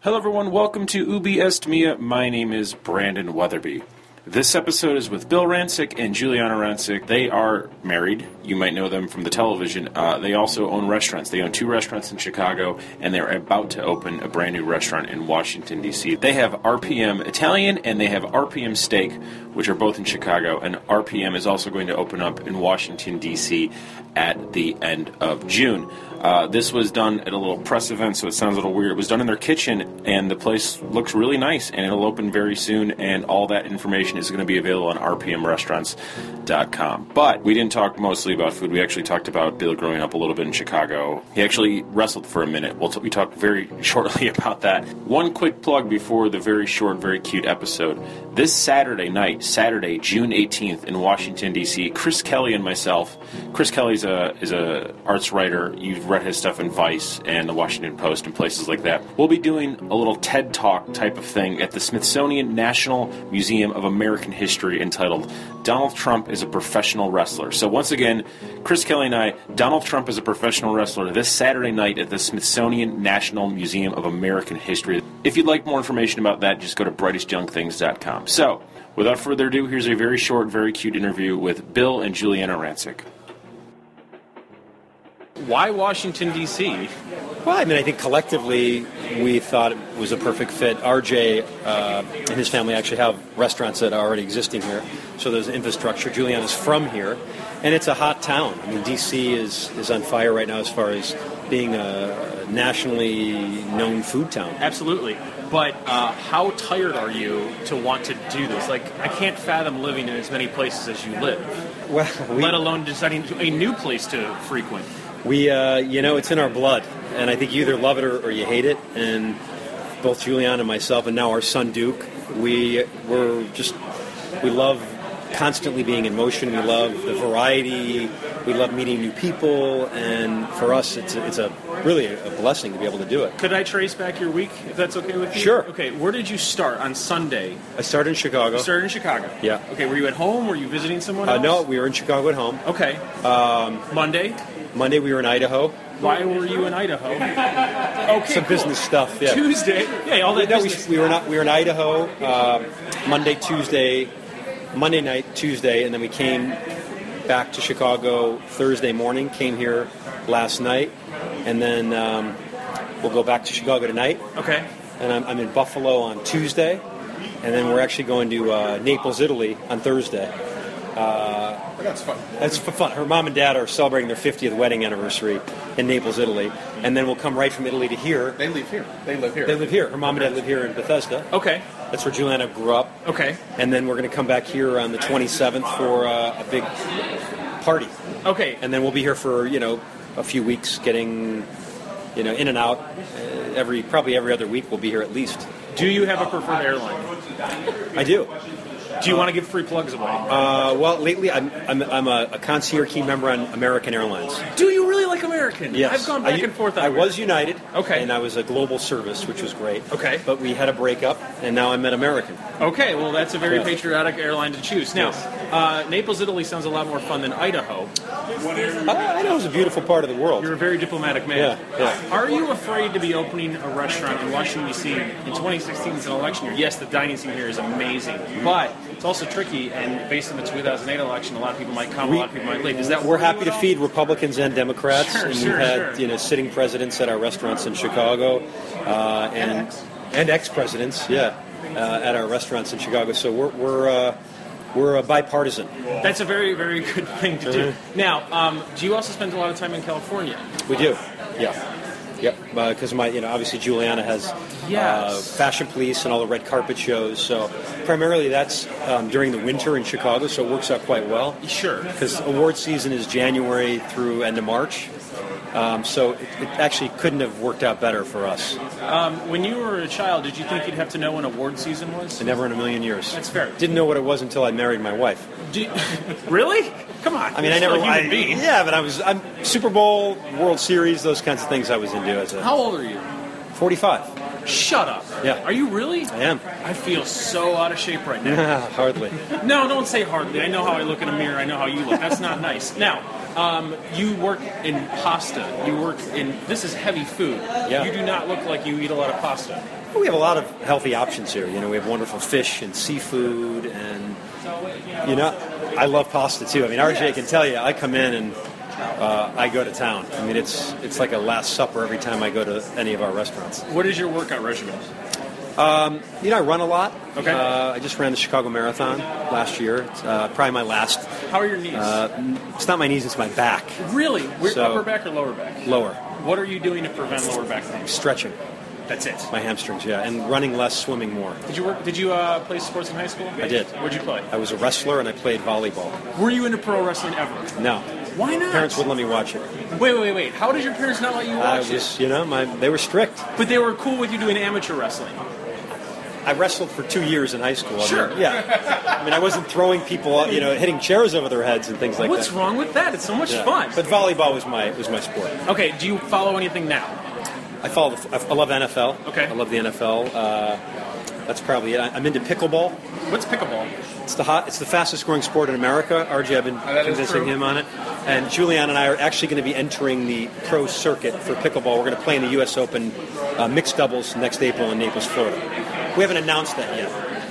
Hello, everyone. Welcome to Ubi Est Mia. My name is Brandon Weatherby. This episode is with Bill Rancic and Juliana Rancic. They are married. You might know them from the television. Uh, they also own restaurants. They own two restaurants in Chicago, and they're about to open a brand new restaurant in Washington, D.C. They have RPM Italian and they have RPM Steak, which are both in Chicago, and RPM is also going to open up in Washington, D.C. at the end of June. Uh, this was done at a little press event, so it sounds a little weird. It was done in their kitchen, and the place looks really nice, and it'll open very soon, and all that information is going to be available on rpmrestaurants.com. But we didn't talk mostly about food. We actually talked about Bill growing up a little bit in Chicago. He actually wrestled for a minute. We'll t- we talked very shortly about that. One quick plug before the very short, very cute episode. This Saturday night, Saturday, June 18th, in Washington, D.C., Chris Kelly and myself. Chris Kelly's a is a uh, arts writer. You've read his stuff in Vice and the Washington Post and places like that. We'll be doing a little TED Talk type of thing at the Smithsonian National Museum of American History entitled Donald Trump is a Professional Wrestler. So once again, Chris Kelly and I, Donald Trump is a professional wrestler this Saturday night at the Smithsonian National Museum of American History. If you'd like more information about that, just go to brightestyoungthings.com. So, without further ado, here's a very short, very cute interview with Bill and Juliana Rancic. Why Washington, D.C.? Well, I mean, I think collectively we thought it was a perfect fit. RJ uh, and his family actually have restaurants that are already existing here, so there's infrastructure. Juliana's from here, and it's a hot town. I mean, D.C. is, is on fire right now as far as being a nationally known food town. Absolutely. But uh, how tired are you to want to do this? Like, I can't fathom living in as many places as you live, Well, we, let alone deciding to- a new place to frequent. we uh, you know, it's in our blood, and I think you either love it or, or you hate it. And both Juliana and myself, and now our son Duke, we were just we love constantly being in motion. We love the variety. We love meeting new people, and for us, it's a, it's a really a blessing to be able to do it. Could I trace back your week, if that's okay with you? Sure. Okay, where did you start on Sunday? I started in Chicago. You started in Chicago. Yeah. Okay, were you at home? Were you visiting someone Uh, else? no, we were in Chicago at home. Okay. Um, Monday? Monday we were in Idaho. Why were you in Idaho? Okay. Some cool. business stuff. Yeah. Tuesday? Yeah, all that no, we, business. we were not. We were in Idaho uh, Monday, Tuesday, Monday night, Tuesday, and then we came back to Chicago Thursday morning. Came here last night, and then um, we'll go back to Chicago tonight. Okay. And I'm, I'm in Buffalo on Tuesday, and then we're actually going to uh, Naples, Italy on Thursday. Uh, that's fun. That's fun. Her mom and dad are celebrating their 50th wedding anniversary in Naples, Italy, and then we'll come right from Italy to here. They live here. They live here. They live here. Her mom and dad live here in Bethesda. Okay. That's where Juliana grew up. Okay. And then we're going to come back here on the 27th for uh, a big party. Okay. And then we'll be here for, you know, a few weeks getting, you know, in and out. Uh, every Probably every other week we'll be here at least. Do you have a preferred airline? I do. Do you want to give free plugs away? Uh, well, lately I'm, I'm, I'm a, a concierge team member on American Airlines. Do you really like American? Yes. I've gone back I- and forth on I it. was United. Okay. And I was a global service, which was great. Okay. But we had a breakup, and now I'm at American. Okay, well, that's a very Yeah. patriotic airline to choose. Now, Yes. uh, Naples, Italy sounds a lot more fun than Idaho. I, I know it's a beautiful part of the world. You're a very diplomatic man. Yeah, yeah. Are you afraid to be opening a restaurant in Washington, D.C. in 2016 is an election year? Yes, the dining scene here is amazing, Mm-hmm. but it's also tricky, and based on the 2008 election, a lot of people might come, a lot of people might leave. Is that We're work? happy to feed Republicans and Democrats, Sure, and sure, we've had sure. you know sitting presidents at our restaurants in Chicago, uh, and and ex presidents, yeah, uh, at our restaurants in Chicago. So we're we're uh, we're uh, bipartisan. That's a very, very good thing to do. Mm-hmm. Now, um, do you also spend a lot of time in California? We do, yeah. Yep, because my you know obviously Juliana has uh, Yes. fashion police and all the red carpet shows. So primarily that's um, during the winter in Chicago, so it works out quite well. Sure. because award season is January through end of March. Um, so it, it actually couldn't have worked out better for us. When you were a child, did you think you'd have to know when award season was? Never in a million years. That's fair. Didn't know what it was until I married my wife. Do you- really? Come on. I mean, I You're never. still a human I- being. Yeah, but I was. I'm Super Bowl, World Series, those kinds of things. I was into as a How old are you? 45. Shut up. Yeah. Are you really? I am. I feel so out of shape right now. Hardly. No, don't say hardly. I know how I look in a mirror. I know how you look. That's not nice. Now, um, you work in pasta. You work in. This is heavy food. Yeah. You do not look like you eat a lot of pasta. But we have a lot of healthy options here. You know, we have wonderful fish and seafood, and you know, I love pasta too. I mean, RJ can tell you, I come in and uh, I go to town. I mean, it's it's like a last supper every time I go to any of our restaurants. What is your workout regimen? You know, I run a lot. Okay. Uh, I just ran the Chicago Marathon last year. It's uh, probably my last. How are your knees? It's not my knees; it's my back. really? We're Uh, so- upper back or lower back? Lower What are you doing to prevent lower back pain? stretching That's it. my hamstrings, yeah, and running less, swimming more. Did you work? Did you uh, play sports in high school? I did. Where'd you play? I was a wrestler and I played volleyball. Were you into pro wrestling ever? No, Why not? parents wouldn't let me watch it. Wait, wait, wait. How did your parents not let you I watch was, you know, my they were strict. it? But they were cool with you doing amateur wrestling. I wrestled for two years in high school. I mean, Sure. yeah. I mean, I wasn't throwing people, off, you know, hitting chairs over their heads and things like What's that. wrong with that? It's so much Yeah. fun. But volleyball was my was my sport. okay, do you follow anything now? I follow. The, I love NFL. Okay. I love the NFL. Uh, that's probably it. I- I'm into pickleball. What's pickleball? It's the hot. It's the fastest growing sport in America. RJ, I've been Oh, that is convincing true. him on it. And Julian and I are actually going to be entering the pro circuit for pickleball. We're going to play in the U.S. Open uh, mixed doubles next April in Naples, Florida. We haven't announced that yet.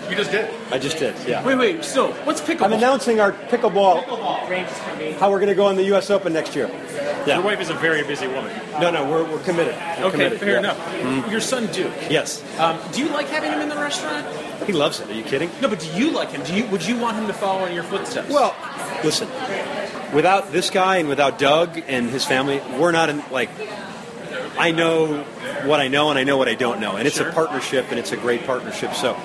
You just did. I just did. Yeah. Wait, wait. So, what's pickleball? I'm announcing our pickleball, how we're going to go in the U.S. Open next year. Your wife is a very busy woman. No, no, we're, we're committed. We're Okay, committed, fair yeah. enough. Your son Duke. Yes, Um, do you like having him in the restaurant? he loves it. Are you kidding? No, but do you like him? Do you? Would you want him to follow in your footsteps? Well, listen, without this guy and without Doug and his family, we're not in, like, I know what I know and I know what I don't know. And it's Sure. a partnership and it's a great partnership. So,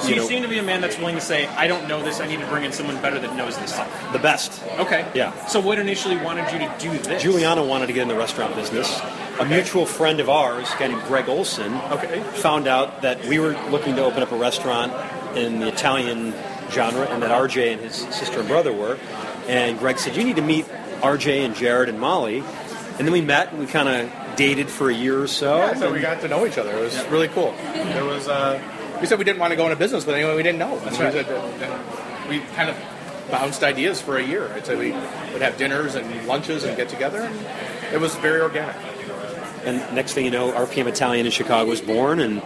so you you, know, seem to be a man that's willing to say, "I don't know this. I need to bring in someone better that knows this stuff." the best. Okay. Yeah. So what initially wanted you to do this? Juliana wanted to get in the restaurant business. A mutual friend of ours, a guy named Greg Olson, Okay. found out that we were looking to open up a restaurant in the Italian genre, and that RJ and his sister and brother were. And Greg said, "You need to meet RJ and Jared and Molly." And then we met, and we kind of dated for a year or so. Yeah, so we got to know each other. It was really cool. It was. Uh, we said we didn't want to go into business with anyone we didn't know. That's right. We, said that- that we kind of bounced ideas for a year. I'd say we would have dinners and lunches and get together, and it was very organic. And next thing you know, RPM Italian in Chicago was born, and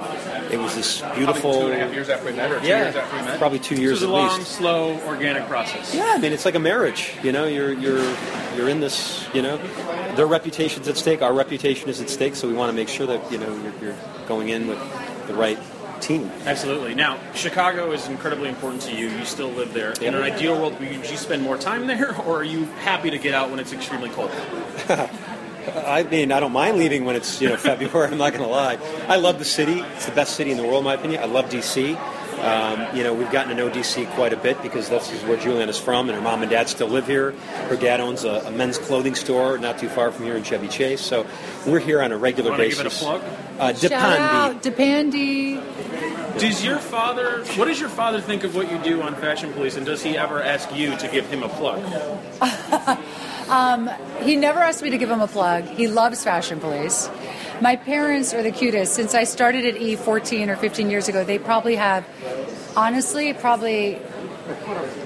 it was this beautiful, Probably two and a half years after we met, or two yeah, years after we met. probably two This years was a at long, least. slow, organic process. Yeah, I mean it's like a marriage. You know, you're you're you're in this. You know, their reputation's at stake. Our reputation is at stake. So we want to make sure that you know you're, you're going in with the right team. Absolutely. Now, Chicago is incredibly important to you. You still live there. In Yeah. an ideal world, would you spend more time there, or are you happy to get out when it's extremely cold? I mean, I don't mind leaving when it's you know February. I'm not going to lie. I love the city. It's the best city in the world, in my opinion. I love DC. Um, you know, we've gotten to know DC quite a bit because this is where Julian is from, and her mom and dad still live here. Her dad owns a, a men's clothing store not too far from here in Chevy Chase. So we're here on a regular Wanna give basis. it a plug? Uh, Shout Dependi. out, Dependi. Does your father? What does your father think of what you do on Fashion Police, and does he ever ask you to give him a plug? He never asked me to give him a plug. He loves Fashion Police. My parents are the cutest. Since I started at E 14 or 15 years ago, they probably have, honestly, probably,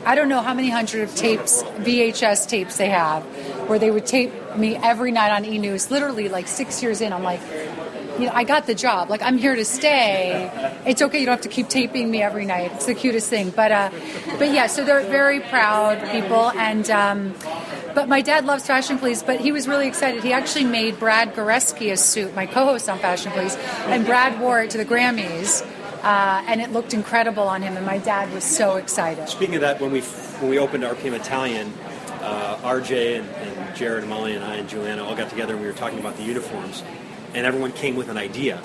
I don't know how many hundred of tapes, VHS tapes they have, where they would tape me every night on E News. Literally, like six years in, I'm like, you know, I got the job. Like, I'm here to stay. It's okay. You don't have to keep taping me every night. It's the cutest thing. But, uh, but yeah, so they're very proud people. And, um, but my dad loves Fashion Police, but he was really excited. He actually made Brad Goreski a suit, my co host on Fashion Police, and Brad wore it to the Grammys. Uh, and it looked incredible on him, and my dad was so excited. Speaking of that, when we when we opened RPM Italian, uh, RJ and, and Jared and Molly and I and Juliana all got together and we were talking about the uniforms, and everyone came with an idea.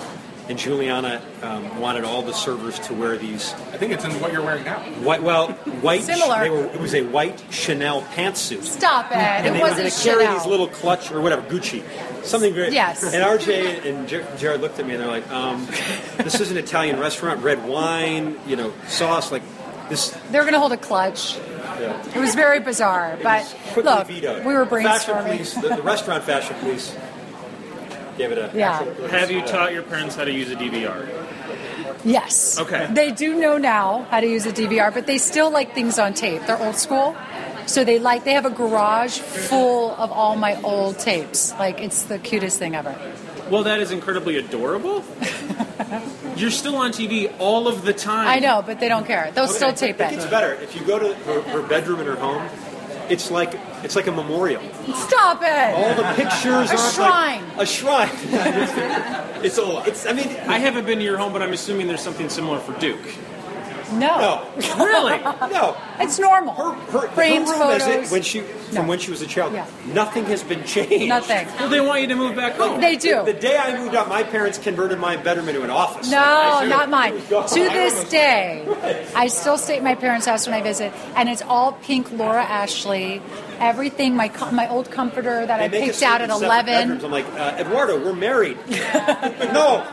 And Juliana um, wanted all the servers to wear these I think it's in what you're wearing now. white, well, white. Similar. They were, it was a white Chanel pantsuit. Stop it! And It they were wasn't going to carry Chanel. these little clutch or whatever Gucci, something very. Yes. And RJ and Jer- Jared looked at me and they're like, um, "This is an Italian restaurant. Red wine, you know, sauce. Like this They were going to hold a clutch. Yeah. It was very bizarre, but quickly look, vetoed. we were Fashion police, brainstorming. the, the restaurant fashion police gave it a. Yeah. actual- Have you taught your parents how to use a DVR? Yes. Okay. They do know now how to use a DVR, but they still like things on tape. They're old school. So they like they have a garage full of all my old tapes. Like it's the cutest thing ever. Well, that is incredibly adorable. You're still on TV all of the time. I know, but they don't care. They'll still tape I think it's it. better if you go to her, her bedroom in her home. It's like it's like a memorial. Stop it! All the pictures. A aren't like- shrine. a shrine. it's all. It's. I mean. I haven't been to your home, but I'm assuming there's something similar for Duke. No. No. Really? No. It's normal. Her, her, Frames, her room photos. as it when she from No. when she was a child. Yeah. Nothing has been changed. Nothing. Well, they want you to move back home. They do. The day I moved out, my parents converted my bedroom into an office. No, not mine. "Oh, To this day, I still stay at my parents' house when I visit, and it's all pink Laura Ashley. Everything, my co- my old comforter that I They make us picked sleep out in at separate eleven. bedrooms. I'm like, uh, Eduardo, we're married. no,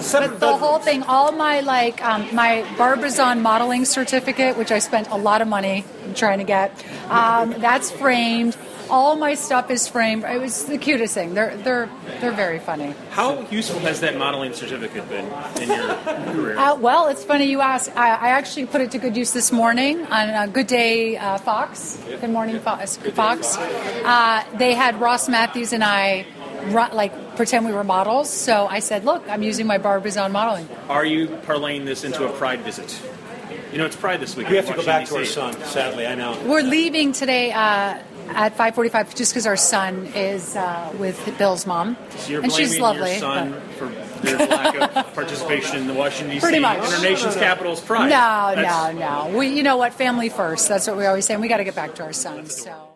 separate But the whole bedrooms. thing, all my like um, my Barbizon modeling certificate, which I spent a lot of money trying to get, um, that's framed. All my stuff is framed. It was the cutest thing. They're they're they're very funny. How useful has that modeling certificate been in your career? Uh, well, it's funny you ask. I, I actually put it to good use this morning on uh, Good Day uh, Fox. Good Morning Fox. Fox. Uh, they had Ross Matthews and I ru- like pretend we were models. So I said, "Look, I'm using my Barbizon modeling." Are you parlaying this into a Pride visit? You know, it's Pride this week. We have to go Washington, back to our DC. son. Sadly, I know. We're leaving today uh, at 5:45 just because our son is uh, with Bill's mom, So you're and blaming she's lovely. your son but- for their lack of participation in the Washington D.C. Pretty much. and our nation's capital's pride. No, That's- no, no. We, you know what? Family first. That's what we always say. And we got to get back to our son. So.